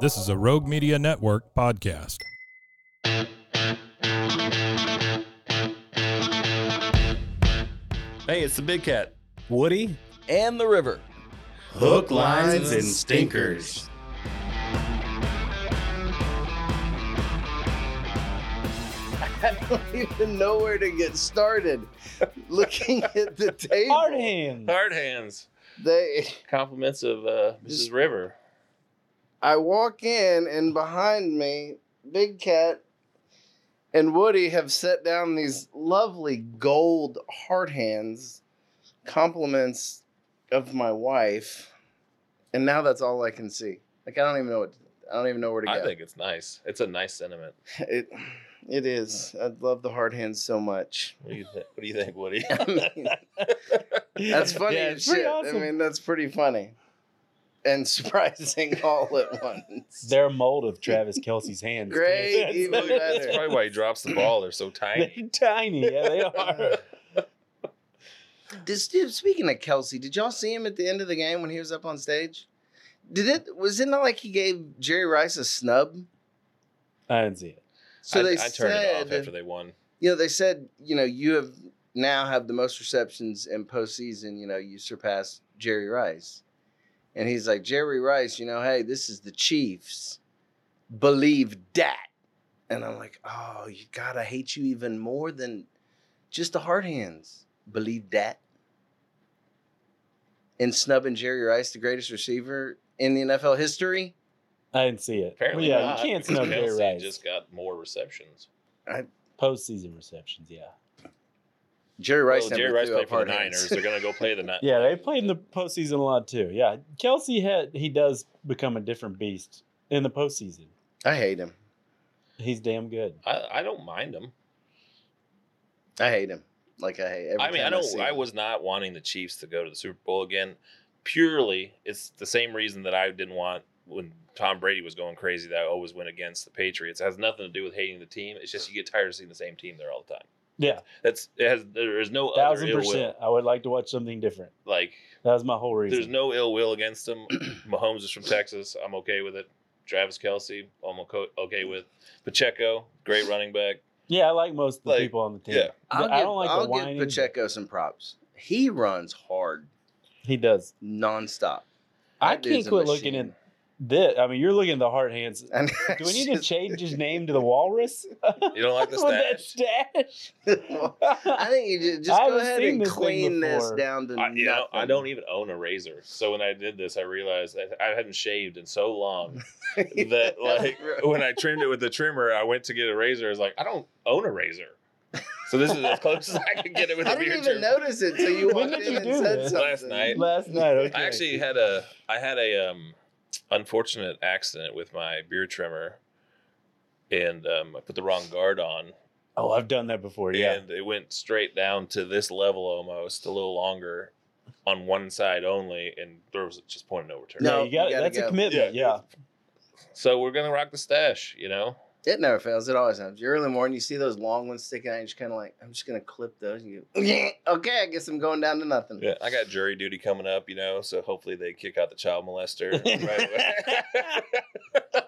This is a Rogue Media Network podcast. Hey, it's the big cat. Woody And the river. Hook, lines, and stinkers. I don't even know where to get started. Looking at the table, hard hands. Hard hands. they Compliments of uh, Mrs. River. I walk in and behind me, Big Cat and Woody have set down these lovely gold hard hands, compliments of my wife. And now that's all I can see. Like I don't even know what I don't even know where to go. I think it's nice. It's a nice sentiment. it it is. I love the hard hands so much. What do you, th- what do you think, Woody? I mean, That's funny Yeah, as it's pretty shit. awesome. I mean, that's pretty funny and surprising all at once. They're a mold of Travis Kelsey's hands. Great, dude. That's- even That's better. probably why he drops the ball. They're so tiny. They're tiny. Yeah, they are. This dude, speaking of Kelsey, did y'all see him at the end of the game when he was up on stage? Did it was it not like he gave Jerry Rice a snub? I didn't see it. So I, they I turned it off said, after they won. you know, they said, you know, you have now have the most receptions in postseason. You know, you surpassed Jerry Rice, and he's like Jerry Rice. You know, hey, this is the Chiefs. Believe that, and I'm like, oh, you God, I hate you even more than just the hard hands. Believe that, and snubbing Jerry Rice, the greatest receiver in the NFL history. I didn't see it. Apparently, yeah, not, you can't because snub Jerry Kelsey Rice. just got more receptions. Postseason receptions. Yeah. Jerry Rice. well, never Jerry Rice threw played up for the hard Niners. hands. They're going to go play the Niners. Yeah, they played in the postseason a lot too. Yeah, Kelsey had he does become a different beast in the postseason. I hate him. He's damn good. I, I don't mind them. I hate him. Like I hate. Every I mean, time I see don't. I him. was not wanting the Chiefs to go to the Super Bowl again. Purely, it's the same reason that I didn't want when Tom Brady was going crazy that I always went against the Patriots. It has nothing to do with hating the team. It's just you get tired of seeing the same team there all the time. Yeah, That's it has. There is no other thousand ill will. percent. I would like to watch something different. Like That was my whole reason. there's no ill will against them. Mahomes is from Texas. I'm okay with it. Travis Kelsey, I'm okay okay with. Pacheco, great running back. yeah, I like most of the Like, people on the team. yeah. I I'll don't give- like the I'll whining. give Pacheco some props. He runs hard, He does. nonstop. I That dude's can't a quit looking at machine. this. I mean, you're looking at the hard hands. And Do we need to change his name to the Walrus? You don't like the With stash? that I stash? think you just, just I go haven't ahead seen and this thing clean this before. down to I, you know, I nothing. don't even own a razor. So when I did this, I realized I, I hadn't shaved in so long that like when I trimmed it with the trimmer, I went to get a razor. I was like, I don't own a razor. So this is as close as I could get it with I a beard didn't trim. even notice it till you When walked did in you and do said this? something. Last night. Last night. Okay. I actually had a I had a um unfortunate accident with my beard trimmer and um, I put the wrong guard on Oh, I've done that before. Yeah. and it went straight down to this level almost a little longer on one side only and there was just point of no return. No. yeah, you got you it. gotta That's go. a commitment. Yeah. Yeah. So we're gonna rock the stash, you know? It never fails. It always happens. You're early morning, you see those long ones sticking out, you're just kind of like, I'm just going to clip those. And you, yeah, okay, I guess I'm going down to nothing. Yeah, I got jury duty coming up, you know, so hopefully they kick out the child molester right away.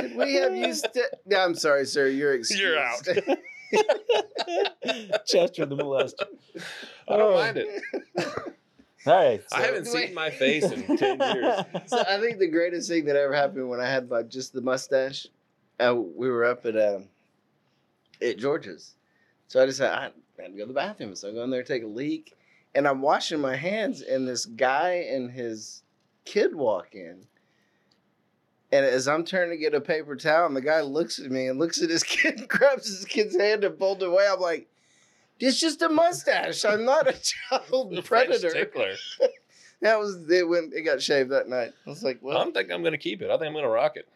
Could we have used to. Yeah, I'm sorry, sir. You're excused. You're out. Chester the molester. I don't mind it. All right. Oh. I So- haven't seen my face in ten years. so I think the greatest thing that ever happened when I had like just the mustache, uh, we were up at um, at George's, so I decided I had to go to the bathroom, so I go in there take a leak, and I'm washing my hands, and this guy and his kid walk in. And as I'm turning to get a paper towel, and the guy looks at me and looks at his kid, grabs his kid's hand and pulled away. I'm like, "It's just a mustache. I'm not a child French predator." tickler. That was it. When it got shaved that night, I was like, I "Well, don't think I'm going to keep it. I think I'm going to rock it.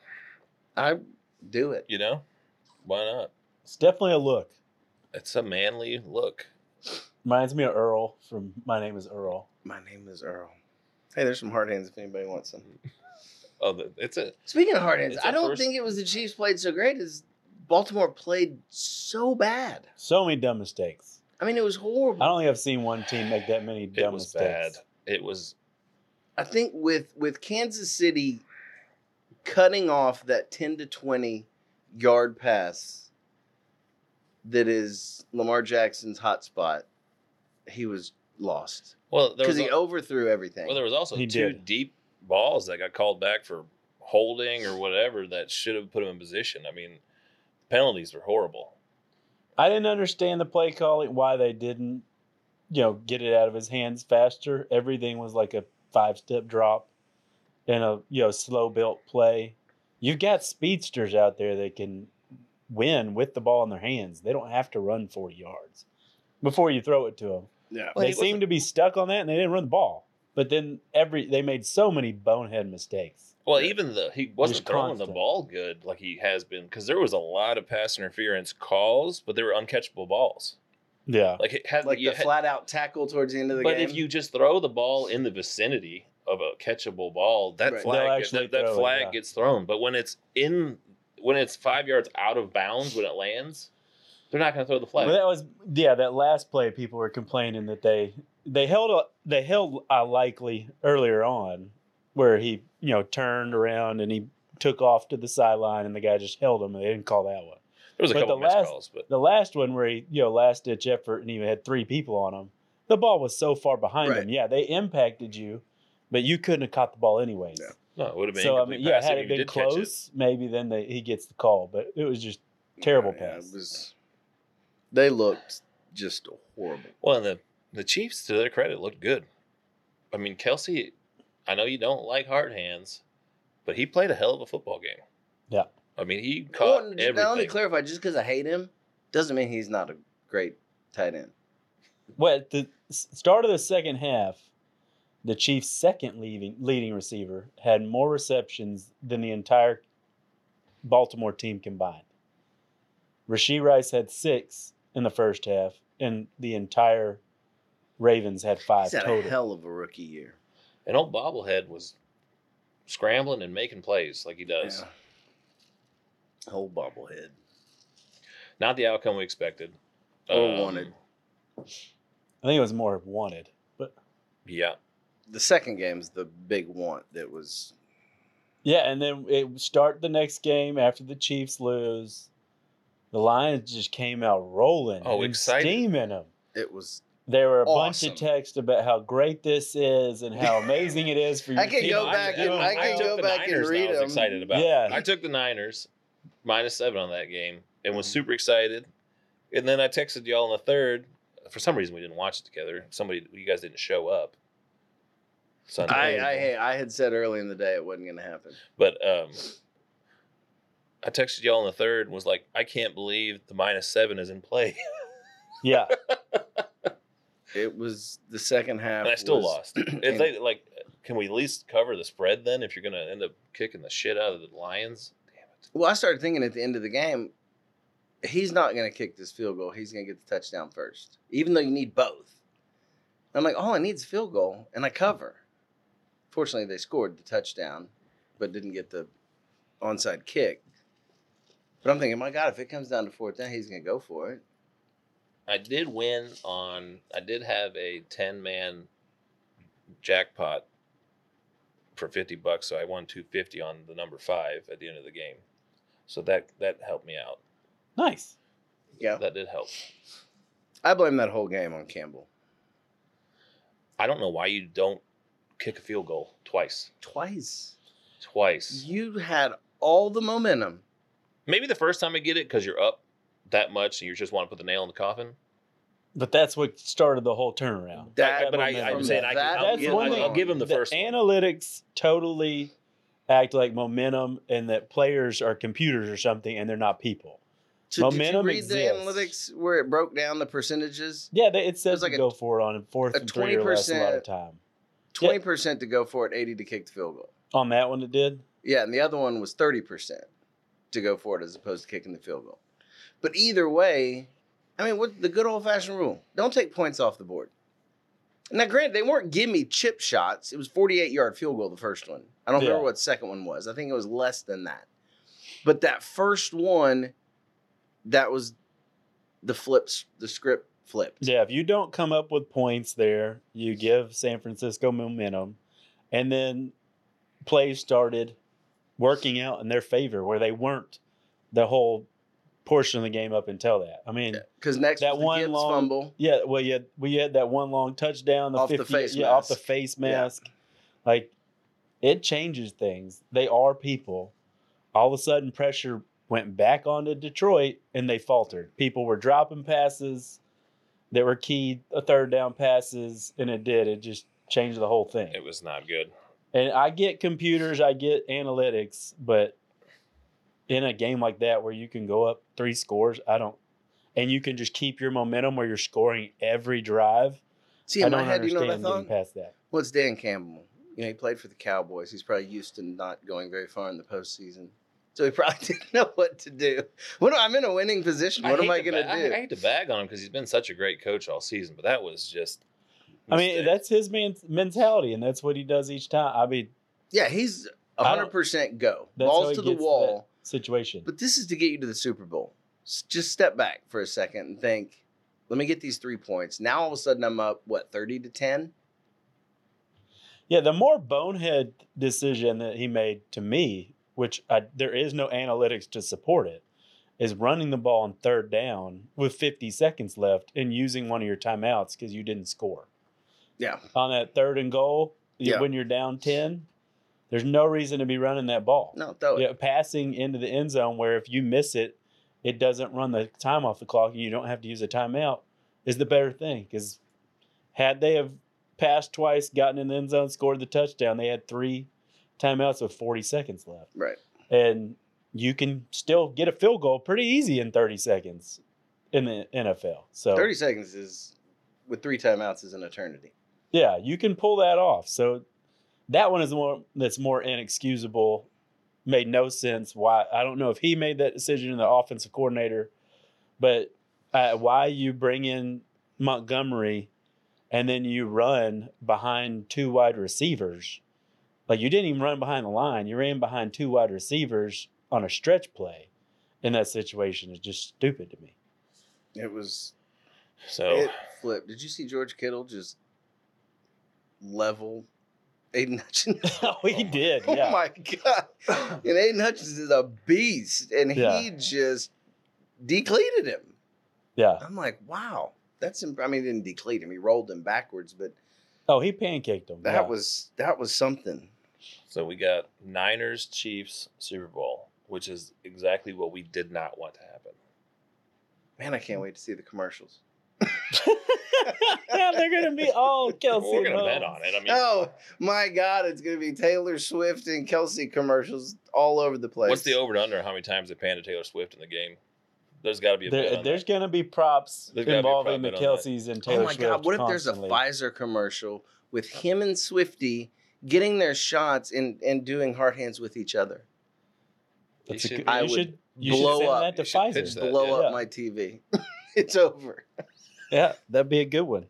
I do it." You know, why not? It's definitely a look. It's a manly look. Reminds me of Earl from My Name Is Earl. My name is Earl. Hey, there's some hard hands if anybody wants some. Oh, the- it's a Speaking of hard hands, It's I our don't first- think it was the Chiefs played so great as Baltimore played so bad. So many dumb mistakes. I mean, it was horrible. I don't think I've seen one team make that many it dumb was mistakes. bad. It was I think with with Kansas City cutting off that 10 to 20 yard pass that is Lamar Jackson's hot spot, he was lost well there because was he a- overthrew everything. well there was also He two did. deep balls that got called back for holding or whatever that should have put him in position. I mean, penalties were horrible. I didn't understand the play calling, why they didn't, you know, get it out of his hands faster. Everything was like a five step drop and a you know slow built play. You've got speedsters out there that can win with the ball in their hands. They don't have to run forty yards before you throw it to them. yeah. Well, they he wasn't- seemed to be stuck on that and they didn't run the ball. But then every they made so many bonehead mistakes. Well, even the he was wasn't throwing the constant. ball good like he has been because there was a lot of pass interference calls, but they were uncatchable balls. Yeah. Like it had Like you the had- flat out tackle towards the end of the but game. if you just throw the ball in the vicinity of a catchable ball, Right. that They'll flag gets- actually that, that throw it, flag yeah. gets thrown. But when it's in when it's five yards out of bounds when it lands, they're not going to throw the flag. Well, that was yeah. That last play, people were complaining that they they held a they held a likely earlier on where he you know turned around and he took off to the sideline and the guy just held him and they didn't call that one. there was a but couple the missed last- calls, but The last one where he you know last ditch effort and he had three people on him. The ball was so far behind Right. him. Yeah, they impacted you, but you couldn't have caught the ball anyways. Yeah. no, it would have been. So I incomplete mean, yeah, pass if had it you been did catch it. close, maybe then they, he gets the call. But it was just terrible Yeah, it pass. was- they looked just horrible. Well, and the the Chiefs, to their credit, looked good. I mean, Kelsey, I know you don't like hard hands, but he played a hell of a football game. Yeah. I mean, he caught Well, everything. now let me clarify. Just because I hate him doesn't mean he's not a great tight end. Well, at the s- start of the second half, the Chiefs' second leading leading receiver had more receptions than the entire Baltimore team combined. Rasheed Rice had six in the first half, and the entire Ravens had five He's had total. a hell of a rookie year. and old bobblehead was scrambling and making plays like he does. Whole bobblehead. Not the outcome we expected Um, Or wanted. I think it was more wanted, but Yeah, The second game's the big want that was yeah. And then it start the next game after the Chiefs lose. The Lions just came out rolling. Oh, and excited. steaming them. it was There were a bunch Awesome. of texts about how great this is and how amazing it is for you. I can go back and- I can go took the back and Niners that read I was 'em. excited about. Yeah. I took the Niners minus seven on that game and was super excited. And then I texted y'all in the third. For some reason, we didn't watch it together. Somebody, you guys didn't show up. Sunday. I, I I had said early in the day it wasn't gonna happen. But um, I texted y'all in the third and was like, I can't believe the minus seven is in play. Yeah, It was the second half. and I still was- lost. If they like, can we at least cover the spread then? If you're gonna end up kicking the shit out of the Lions, damn it. Well, I started thinking at the end of the game, he's not gonna kick this field goal. He's gonna get the touchdown first, even though you need both. I'm like, all I need is a field goal, and I cover. Fortunately, they scored the touchdown, but didn't get the onside kick. But I'm thinking, my God, if it comes down to fourth down, he's gonna go for it. I did win on. I did have a ten man jackpot for fifty bucks, so I won two fifty on the number five at the end of the game. So that that helped me out. nice. Yeah, That did help. I blame that whole game on Campbell. I don't know why you don't kick a field goal twice. Twice. Twice. You had all the momentum. Maybe the first time I get it because you're up that much and you just want to put the nail in the coffin. But that's what started the whole turnaround. That I- but I, momentum. I'm saying I, That- can- I'll, That's give, one I'll, thing. I'll give him the, first. one. analytics totally act like momentum, and that players are computers or something, and they're not people. So Momentum did you read exists. the analytics where it broke down the percentages? Yeah, they, it says There's like to a- go for it on fourth a and three or less a lot 20% of time. twenty percent to go for it, eighty to kick the field goal. On that one, it did. Yeah, and the other one was thirty percent to go for it as opposed to kicking the field goal. But either way, I mean, what the good old fashioned rule: don't take points off the board. Now, granted, they weren't give me chip shots. It was forty-eight yard field goal the first one. I don't Yeah. remember what the second one was. I think it was less than that. But that first one, that was the flips, the script flipped. Yeah, if you don't come up with points there, you give San Francisco momentum, and then plays started working out in their favor where they weren't the whole portion of the game up until that. I mean, Because next That was the one Gibbs long- fumble. yeah, well, yeah, we had that one long touchdown, the Off the 50 face yeah, off the mask. face Yeah. mask. Like it changes things. They are people. All of a sudden, pressure went back onto Detroit, and they faltered. People were dropping passes that were key, a third down passes, and it did. It just changed the whole thing. It was not good. And I get computers, I get analytics, but in a game like that where you can go up three scores, I don't, and you can just keep your momentum where you're scoring every drive. See, I in don't my head, you know understand what I getting thought? past that. Well, it's Dan Campbell. You know, he played for the Cowboys. He's probably used to not going very far in the postseason. So he probably didn't know what to do. What I'm in a winning position. What hate am I to going to ba- do? I, I hate to bag on him because he's been such a great coach all season, but that was just. I mean, mistake. that's his man- mentality, and that's what he does each time. I mean, yeah, he's I don't- 100% go. that's how Balls he to the gets to wall. that situation. But this is to get you to the Super Bowl. S- Just step back for a second and think, let me get these three points. Now all of a sudden I'm up, what, 30 to 10? Yeah, the more bonehead decision that he made to me, which I, there is no analytics to support it, is running the ball on third down with 50 seconds left and using one of your timeouts because you didn't score. Yeah. On that third and goal, you- Yeah. when you're down 10, there's no reason to be running that ball. No, throw it. Yeah, passing into the end zone where if you miss it, it doesn't run the time off the clock and you don't have to use a timeout is the better thing. Because had they have passed twice, gotten in the end zone, scored the touchdown, they had three timeouts with 40 seconds left. Right. And you can still get a field goal pretty easy in 30 seconds in the NFL. So 30 seconds is, with three timeouts, is an eternity. yeah, you can pull that off. So that one is more that's more inexcusable. Made no sense. Why I don't know if he made that decision in the offensive coordinator, but uh, why you bring in Montgomery and then you run behind two wide receivers? Like you didn't even run behind the line. You ran behind two wide receivers on a stretch play. In that situation is just stupid to me. It was So It flipped. Did you see George Kittle just level Aiden Hutchins? oh, he did. Oh Yeah. my god! And Aiden Hutchins is a beast, and he Yeah. just decleated him. yeah. I'm like, wow, that's. Imp- I mean, he didn't deplete him; he rolled him backwards. But Oh, he pancaked him. that yeah. was that was something. So we got Niners, Chiefs, Super Bowl, which is exactly what we did not want to happen. Man, I can't wait to see the commercials. yeah, they're gonna be all Kelsey. We're gonna and bet Mahomes. on it. I mean, Oh my god, it's gonna be Taylor Swift and Kelsey commercials all over the place. what's the over to under? on How many times they panned to Taylor Swift in the game? There's got to be a bet There, on there's that. gonna be props There's gotta be a involving prop the bet on that. Kelseys and Taylor Oh my God! Swift What if there's a constantly. Pfizer commercial with him and Swifty getting their shots and and doing heart hands with each other? You That's a should- good- I you would should, you blow should send up. that to You should pitch Pfizer. that, Blow yeah. up my TV. it's over. Yeah, that'd be a good one.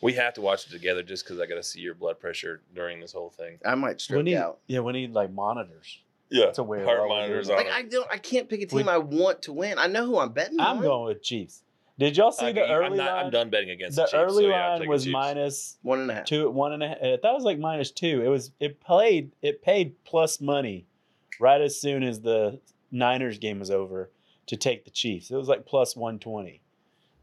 We have to watch it together just because I got to see your blood pressure during this whole thing. I might We strip need, out. yeah, we need like monitors. Yeah, to wear while heart we do monitors that. on. Like it. I don't. I can't pick a team We- I want to win. I know who I'm betting. I'm on. going with Chiefs. Did y'all see I the mean, early I'm, not, line? I'm done betting against the Chiefs, early so yeah, I'm line taking was Chiefs. minus one and a half. two, one and a half. I thought it was like minus two. It was. It played. It paid plus money, right as soon as the Niners game was over to take the Chiefs. It was like plus one twenty,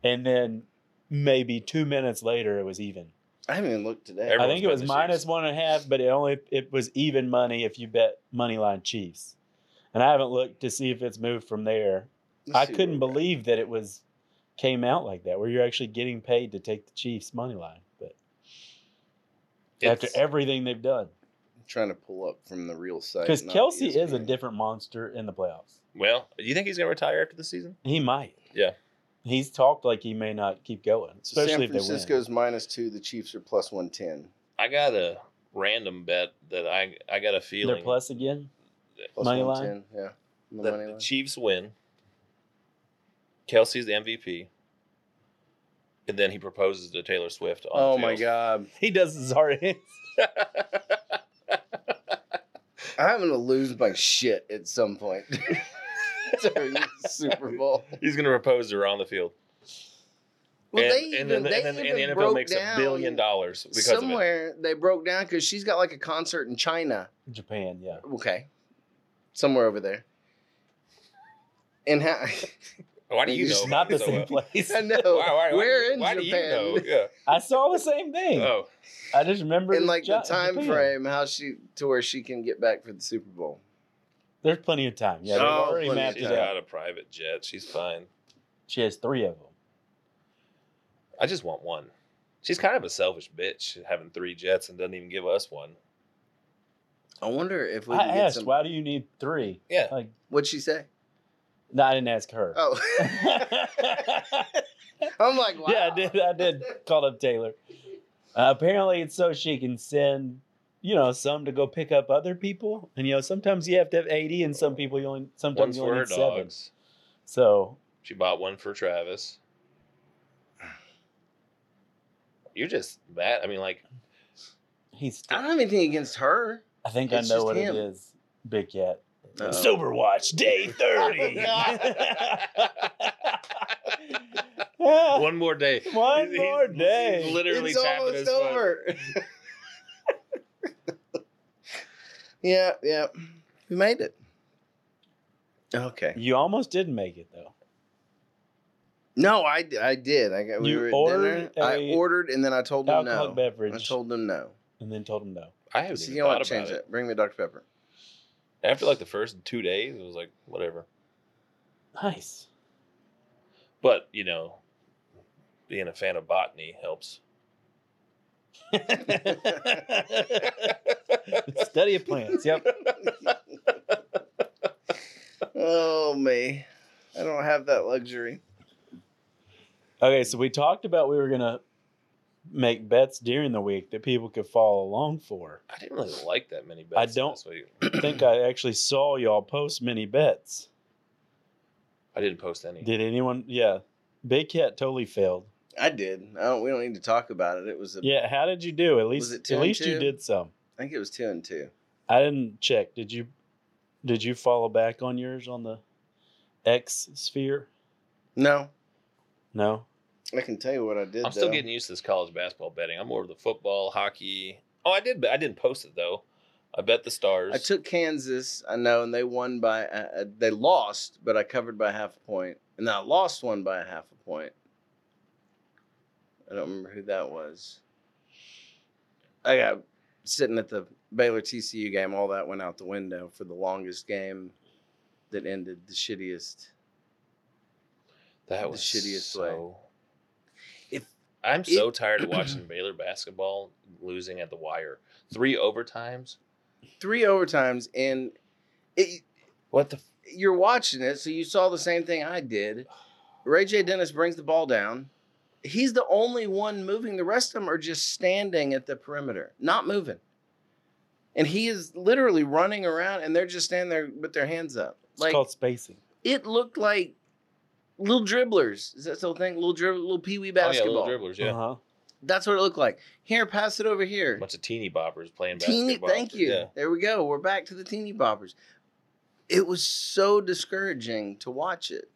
and then maybe two minutes later it was even. I haven't even looked today. Every- I think Everyone's it was betting the minus Chiefs. one and a half, but it only it was even money if you bet money line Chiefs. And I haven't looked to see if it's moved from there. Let's I see couldn't where we're at. believe that it was came out like that, where you're actually getting paid to take the Chiefs money line. But after It's- everything they've done. I'm trying to pull up from the real site. Because not E Kelsey is a ESPN. different monster in the playoffs. well, do you think he's gonna retire after the season? He might. Yeah. He's talked like he may not keep going, So especially San if they win. Francisco's minus two. The Chiefs are plus one ten. I gotta random bet that I I got a feeling They're plus again. Plus Money 110, Yeah. On the that money the line. Chiefs win. Kelsey's the MVP, and then he proposes to Taylor Swift. On Oh the my field. god. He does his hard hands. I'm gonna lose my shit at some point. During the Super Bowl. He's gonna propose to her on the field. Well, and, they and even, then, they and then the even NFL broke makes a down billion dollars because of it. somewhere. They broke down because she's got like a concert in China. Japan, yeah. Okay, somewhere over there. And how? Why do you It's know? Oh, Not the so same well? place. I know. Why, why, why, We're do you- in why Japan. do you know? I saw the same thing. Yeah. Oh, I just remember In it's like Ja- the time Japan. frame, how she to where she can get back for the Super Bowl. There's plenty of time. Yeah, Oh, they've already plenty of mapped she's it time. out. got a private jet. She's fine. She has three of them. I just want one. She's kind of a selfish bitch having three jets and doesn't even give us one. I wonder if we I can get asked, some. why do you need three? Yeah. Like, What'd she say? no, I didn't ask her. Oh, I'm like, wow. Yeah, I did. I did call up Taylor. Uh, apparently, it's so she can send, you know, some to go pick up other people. And you know, sometimes you have to have eighty, and some people you only One's sometimes you for only her need seven. dogs. So She bought one for Travis. You're just that. I mean, like, he's. I don't have anything against her. I think It's I know just what him. it is. Big cat. Uh-oh. Sober watch day thirty. one more day. One He's- he's- more day. He's literally it's tapping almost his foot. over. yeah, yeah. We made it. Okay. you almost didn't make it though. No, I, d- I did. I got, we You were ordered at dinner. I a ordered and then I told them Alcoholic no. I beverage, told them no. and then told him no. I haven't So even you know thought what? about Change it. it. Bring me Dr. Pepper. After like the first two days, it was like whatever. Nice. But you know, being a fan of botany helps. Study of plants. Yep. Oh me. I don't have that luxury. Okay, so we talked about we were gonna make bets during the week that people could follow along for. I didn't really like that many I bets. don't- This week. I think I actually saw y'all post many bets. I didn't post any. Did anyone? Yeah, Big Cat totally failed. I did. I don't we don't need to talk about it. It was a I Yeah, how did you do? At least, it two at and least you two? did some. think it was two and two. I didn't check. Did you? Did you follow back on yours on the X sphere? No. No. I can tell you what I did I'm still though. getting used to this college basketball betting. I'm more of the football, hockey. Oh, I did. bet- I didn't post it though. I bet the stars. I took Kansas, I know, and they won by uh, they lost, but I covered by half a point, and then I lost one by a half a point. I don't remember who that was. I got sitting at the Baylor TCU game. All that went out the window for the longest game that ended the shittiest. the that was shittiest so. If- I'm so tired of watching Baylor basketball losing at the wire, three overtimes. Oh, Three overtimes, and it, What the? F- you're watching it, so you saw the same thing I did. Ray J. Dennis brings the ball down. He's the only one moving. The rest of them are just standing at the perimeter, not moving. And he is literally running around, and they're just standing there with their hands up. It's Like called spacing. it looked like little dribblers. Is that still a thing? Little dribble, little pee wee oh yeah, basketball. little dribblers. Yeah, Uh-huh. That's what it looked like. Here, pass it over here. bunch of teeny boppers playing Teeny, basketball. thank you. Yeah. There we go. We're back to the teeny boppers. It was so discouraging to watch it.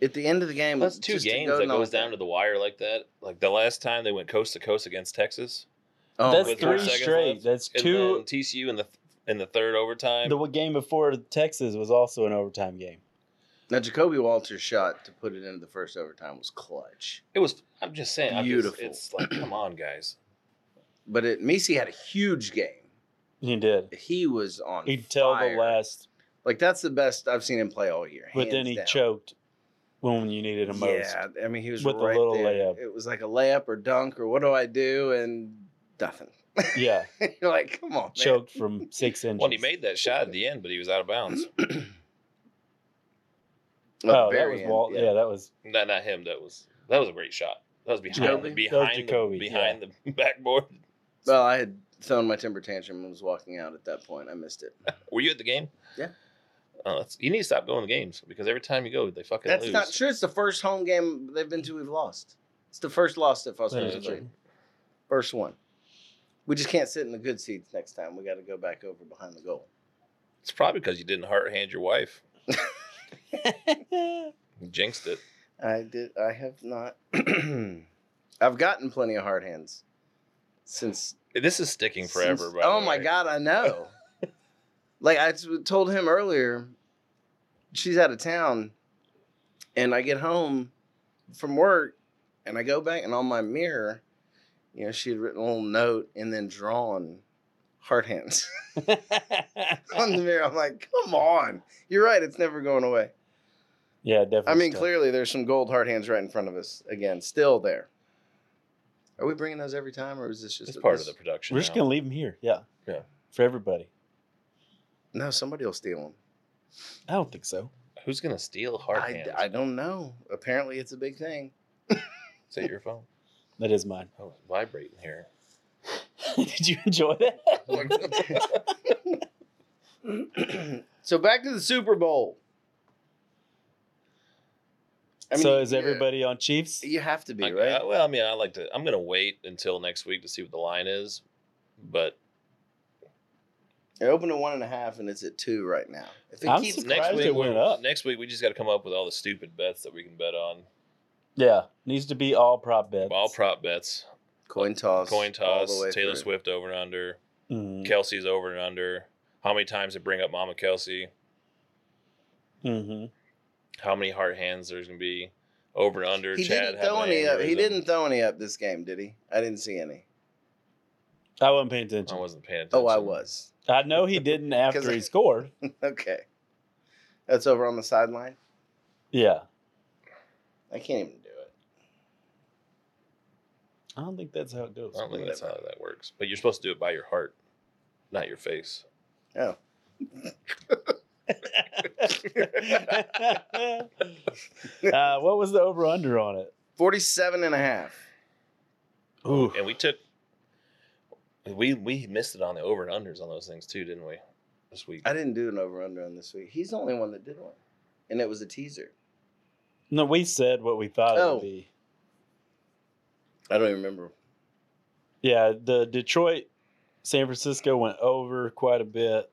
At the end of the game, That's two just to games go that knock goes down it- to the wire like that. Like the last time they went coast to coast against Texas, Oh, That's with four three seconds. straight. left. That's and two. then TCU in the in the third overtime. The game before Texas was also an overtime game. Now Jacoby Walters' shot to put it into the first overtime was clutch, it was. I'm just saying. I'm just- Beautiful. it's like, come on, guys. but it Misi had a huge game. He did. He was on. He'd tell the fire. last, Like that's the best I've seen him play all year. but then hands he down. choked when you needed him most. Yeah, I mean he was With a right little there. layup. It was like a layup or dunk or what do I do and nothing. Yeah, You're like, come on, man. choked from six inches. Well, he made that shot at the end, but he was out of bounds. At the Oh, that very was end, Walt. Yeah. that was. not not him. That was that was a great shot. That was behind Jacoby? behind Jacoby, the, behind the backboard. Well, I had thrown my temper tantrum and was walking out at that point. I missed it. Were you at the game? Yeah. Oh, that's, you need to stop going to games because every time you go, they fucking That's lose. not true. It's the first home game they've been to we've lost. It's the first loss that Foster That has is played. First one. We just can't sit in the good seats next time. We got to go back over behind the goal. It's probably because you didn't heart hand your wife. You jinxed it. I did. I have not. I've gotten plenty of hard hands since This is sticking forever. since- by oh the my way. god, I know. like I t- told him earlier, she's out of town, and I get home from work, and I go back, and on my mirror, you know, she had written a little note and then drawn heart hands on the mirror. I'm like, come on, you're right. It's never going away. yeah, definitely. I mean, stuff. clearly there's some gold heart hands right in front of us again, still there. Are we bringing those every time, or is this just It's a- part of this- the production. We're just now. gonna leave them here. Yeah. Yeah. For everybody. No, somebody will steal them. I don't think so. Who's gonna steal hard I, hands? I don't know. Apparently, it's a big thing. Is that your phone? That is mine. Oh, it's vibrating here. Did you enjoy that? so back to the Super Bowl. I mean, so is you- everybody on Chiefs? You have to be I- right. I- well, I mean, I like to. I'm gonna wait until next week to see what the line is, but They opened at one and a half, and it's at two right now. If it I'm keeps surprised next week it went we- up. Next week we just got to come up with all the stupid bets that we can bet on. Yeah. Needs to be all prop bets. All prop bets, coin toss, coin all toss, the way through. Taylor Mm-hmm. Swift over and under, Mm, Kelsey's over and under. How many times they bring up Mama Kelsey? mhm. How many hard hands there's gonna be? Over and under. He Chad didn't having throw an any up. He aneurysm. didn't throw any up this game, did he? I didn't see any. I wasn't paying I attention. wasn't paying attention. Oh, I was. I know he didn't 'Cause after I- he scored. Okay, that's over on the sideline. Yeah. I can't even do it. I don't think that's how it goes. I don't think that's how that works. But you're supposed to do it by your heart, not your face. Oh, uh, what was the over under on it? 47 and a half. Ooh. and we took we we missed it on the over and unders on those things too, didn't we? This week. I didn't do an over under on this week. He's the only one that did one, and it was a teaser. No, we said what we thought it Oh. would be. I don't even remember. Yeah, the Detroit San Francisco went over quite a bit.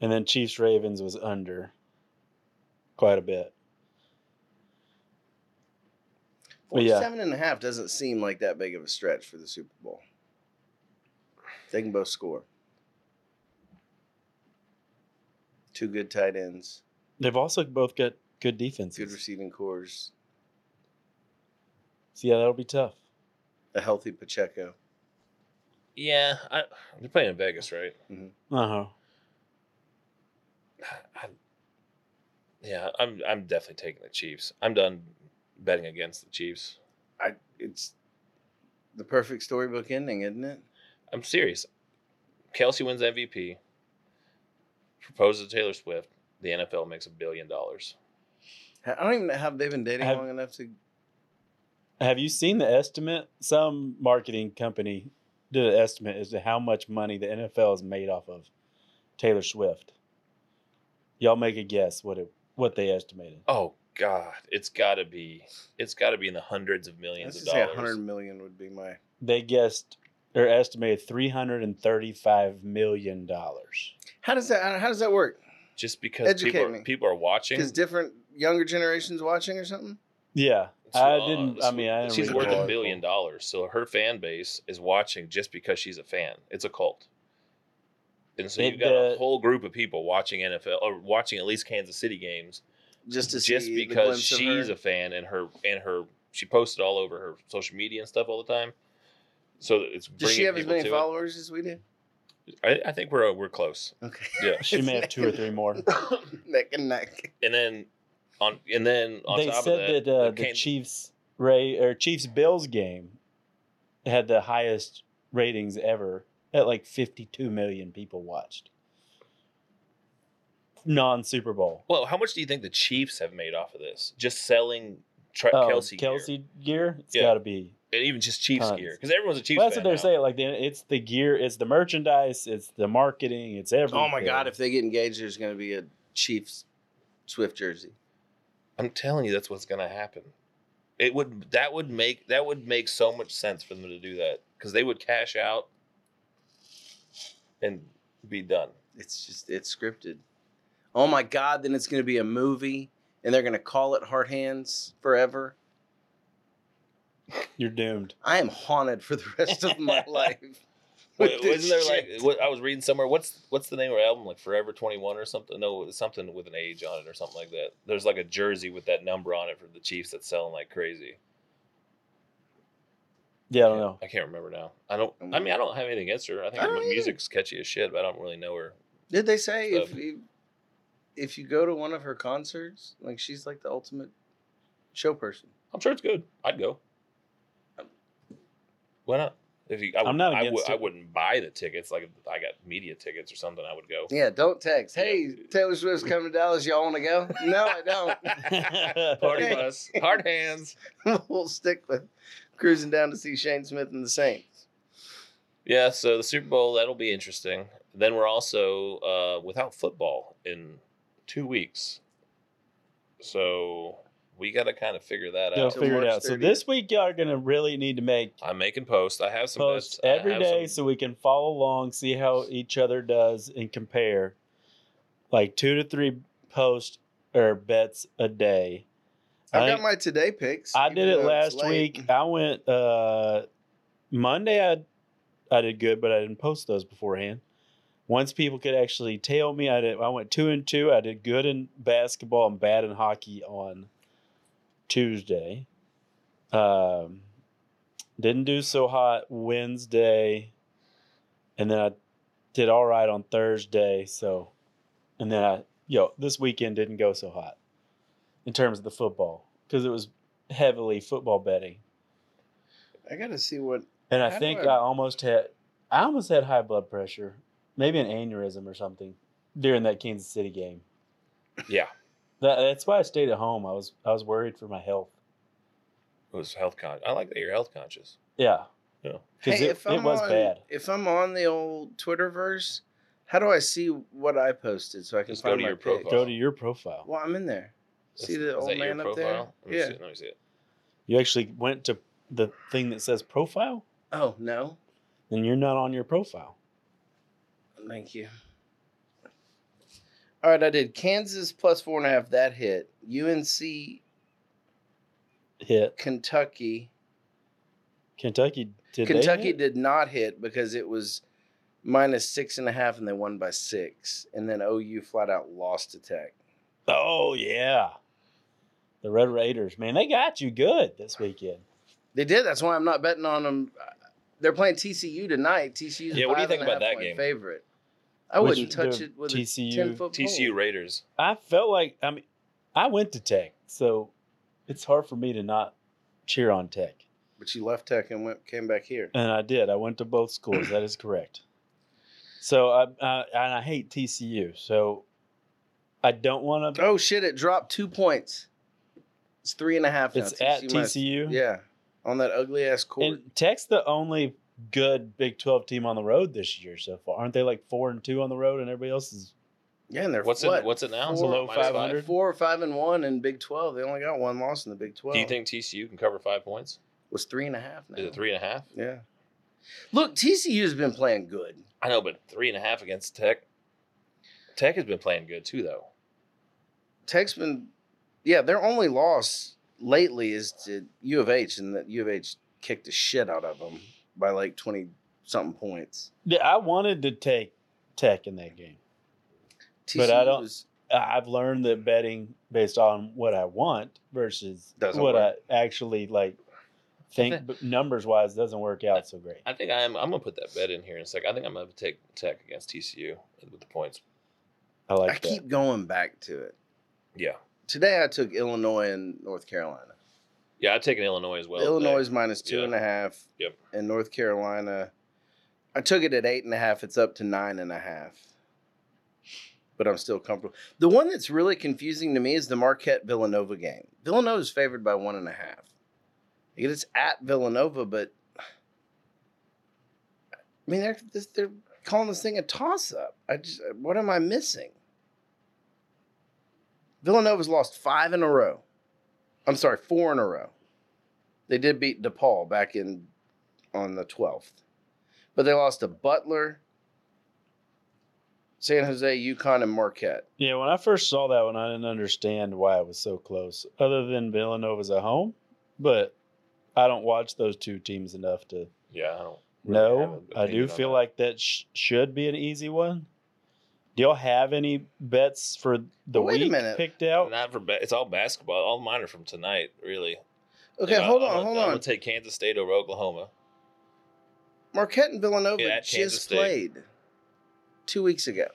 And then Chiefs Ravens was under quite a bit. Well, yeah. Forty-seven and a half doesn't seem like that big of a stretch for the Super Bowl. They can both score. Two good tight ends, They've also both got good defenses. good receiving cores, So yeah, that'll be tough. a healthy Pacheco. yeah, I, they're playing in Vegas, right? Uh huh. I, yeah, I'm I'm definitely taking the Chiefs. I'm done betting against the Chiefs. I it's the perfect storybook ending, isn't it? I'm serious. Kelsey wins MVP. Proposes to Taylor Swift. The NFL makes a billion dollars. I don't even know how they've been dating Have- long enough to. Have you seen the estimate? Some marketing company did an estimate as to how much money the NFL has made off of Taylor Swift. Y'all make a guess what it what they estimated. Oh God, it's got to be it's got to be in the hundreds of millions Let's of just say dollars. hundred million would be my. They guessed or estimated three hundred and thirty five million dollars. How does that? How does that work? Just because Educate people are, me. people are watching. Because different younger generations watching or something. Yeah, So, I uh, didn't. I this- mean, I didn't she's read worth the a article. billion dollars, so her fan base is watching just because she's a fan. It's a cult, and so It- uh, you've got a the- whole group of people watching NFL or watching at least Kansas City games Just to just see the because glimpse of her. she's a fan and her and her she posted all over her social media and stuff all the time. So it's Does she bringing have as people many to it. followers as we do? I, I think we're uh, we're close. Okay. Yeah, She may have two or three more. neck and neck. and then on and then on they top said of that, that, uh, there the came- Chiefs Ray or Chiefs Bills game had the highest ratings ever at like 52 million people watched. Non Super Bowl. Well, how much do you think the Chiefs have made off of this? Just selling tra- Oh, Kelsey. gear. Kelsey gear. It's Yeah. got to be and even just Chiefs Tons. gear because everyone's a Chiefs. Well, that's fan what they're now. saying. Like, then it's the gear, it's the merchandise, it's the marketing, it's everything. Oh my God! If they get engaged, there's going to be a Chiefs Swift jersey. I'm telling you, that's what's gonna happen. It would that would make that would make so much sense for them to do that because they would cash out and be done. It's just it's scripted. Oh my God! Then it's going to be a movie, and they're going to call it Hard Hands forever. you're doomed. I am haunted for the rest of my life. Wait, with this wasn't there shit. like what, I was reading somewhere? What's what's the name of the album? Like Forever Twenty One or something? No, it's something with an age on it or something like that. There's like a jersey with that number on it for the Chiefs that's selling like crazy. Yeah, I don't know. I can't remember now. I don't. I mean, I don't have anything against her. I think Um, I her don't either. music's catchy as shit, but I don't really know her. Did they say if Um, you, if you go to one of her concerts, like she's like the ultimate show person? I'm sure it's good. I'd go. Why not? If you, I, I'm not I, would, against I it. wouldn't buy the tickets. Like if I got media tickets or something, I would go. Yeah, don't text. Hey, Taylor Swift's coming to Dallas. Y'all want to go? No, I don't. Party Okay. bus, hard hands. we'll stick with cruising down to see Shane Smith and the Saints. Yeah, so the Super Bowl that'll be interesting. Then we're also uh, without football in two weeks, so we got to kind of figure that They'll out. till figure it March out. So 30th. this week, y'all are gonna really need to make I'm making posts. I have some posts bets. I every have day some- so we can follow along, see how each other does, and compare. Like two to three posts or bets a day. I've I- got my today picks. I even did it though it's last late. week. I went uh Monday I I did good, but I didn't post those beforehand. Once people could actually tell me I did I went two and two. I did good in basketball and bad in hockey on Tuesday. Um didn't do so hot Wednesday. And then I did all right on Thursday, so and then I yo, this weekend didn't go so hot in terms of the football because it was heavily football betting. I got to see what. And I How do think I- I almost had I almost had high blood pressure, maybe an aneurysm or something during that Kansas City game. Yeah, That, that's why I stayed at home. I was I was worried for my health. it was health con. I like that you're health conscious. Yeah. Yeah. Because Hey, it, if I'm it was on, bad. If I'm on the old Twitterverse, how do I see what I posted so I can Just go find to my your picks? profile. Go to your profile. Well, I'm in there. See the old man up there? Let me Yeah. see, let me see it. You actually went to the thing that says profile, Oh no, then you're not on your profile. Thank you. All right, I did Kansas plus four and a half. That hit. UNC, Hit Kentucky. Kentucky. Did they Kentucky hit? did not hit because it was minus six and a half, and they won by six. And then OU flat out lost to Tech. Oh yeah. The Red Raiders, man, they got you good this weekend. They did. That's why I'm not betting on them. They're playing TCU tonight. TCU's Yeah, A what do five you think and a about half that point game? Favorite. I Which- wouldn't touch the it with TCU a ten foot TCU Oh. pole. Raiders. I felt like I mean I went to Tech, so it's hard for me to not cheer on Tech. But you left Tech and went came back here. And I did. I went to both schools. that is correct. So I uh, and I hate TCU. So I don't want to. Oh shit! It dropped two points. It's three and a half. now. It's at minus- TCU. Yeah, on that ugly ass court. And Tech's the only good Big Twelve team on the road this year so far. Aren't they like four and two on the road, and everybody else is? yeah, and they're What's what, it? What's it now? four, Is it Below minus five? 500? Four or five and one in Big Twelve. They only got one loss in the Big Twelve. Do you think TCU can cover five points? it was three and a half? Now. Is it three and a half? Yeah. Look, TCU's been playing good. I know, but three and a half against Tech. Tech has been playing good too, though. Tech's been, yeah. Their only loss lately is to U of H, and that U of H kicked the shit out of them by like twenty something points. Yeah, I wanted to take Tech in that game. TCU But I don't- was- I- I've learned that betting based on what I want versus Doesn't what work. I actually like think but numbers wise doesn't work out so great. I think I'm. I'm gonna put that bet in here in a second. I think I'm gonna take Tech against TCU with the points. I like I that. keep going back to it. Yeah, Today I took Illinois and North Carolina. yeah. I've taken Illinois as well. Illinois is today. minus two Yeah. and a half. Yep. And North Carolina, I took it at eight and a half. It's up to nine and a half. But I'm still comfortable. The one that's really confusing to me is the Marquette Villanova game. Villanova is favored by one and a half. Like, it's at Villanova, but I mean, they're this, they're calling this thing a toss up. I just, what am I missing? Villanova's lost five in a row. I'm sorry, four in a row. They did beat DePaul back in on the 12th, but they lost to Butler, San Jose, Yukon, and Marquette. Yeah, when I first saw that one, I didn't understand why it was so close, other than Villanova's at home. But I don't watch those two teams enough to Yeah, I don't. know. I do feel like. like that sh- should be an easy one. Do y'all have any bets for the Wait a week minute. picked out? Not for ba- it's all basketball. All mine are from tonight, really. Okay, Yeah, hold I'm on, gonna- hold I'm on. gonna take Kansas State over Oklahoma. Marquette and Villanova Yeah, at Kansas just State. played two weeks ago.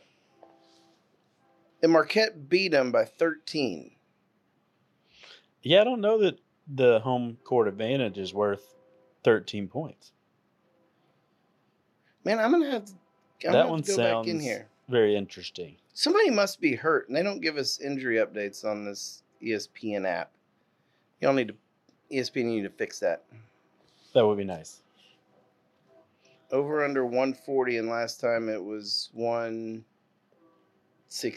And Marquette beat them by 13. Yeah, I don't know that the home court advantage is worth 13 points. Man, I'm going to have to, I'm that gonna one have to go sounds back in here. very interesting. Somebody must be hurt, and they don't give us injury updates on this E ESPN app. Y'all need to, E ESPN, you need to fix that. That would be nice. Over under 140, and last time it was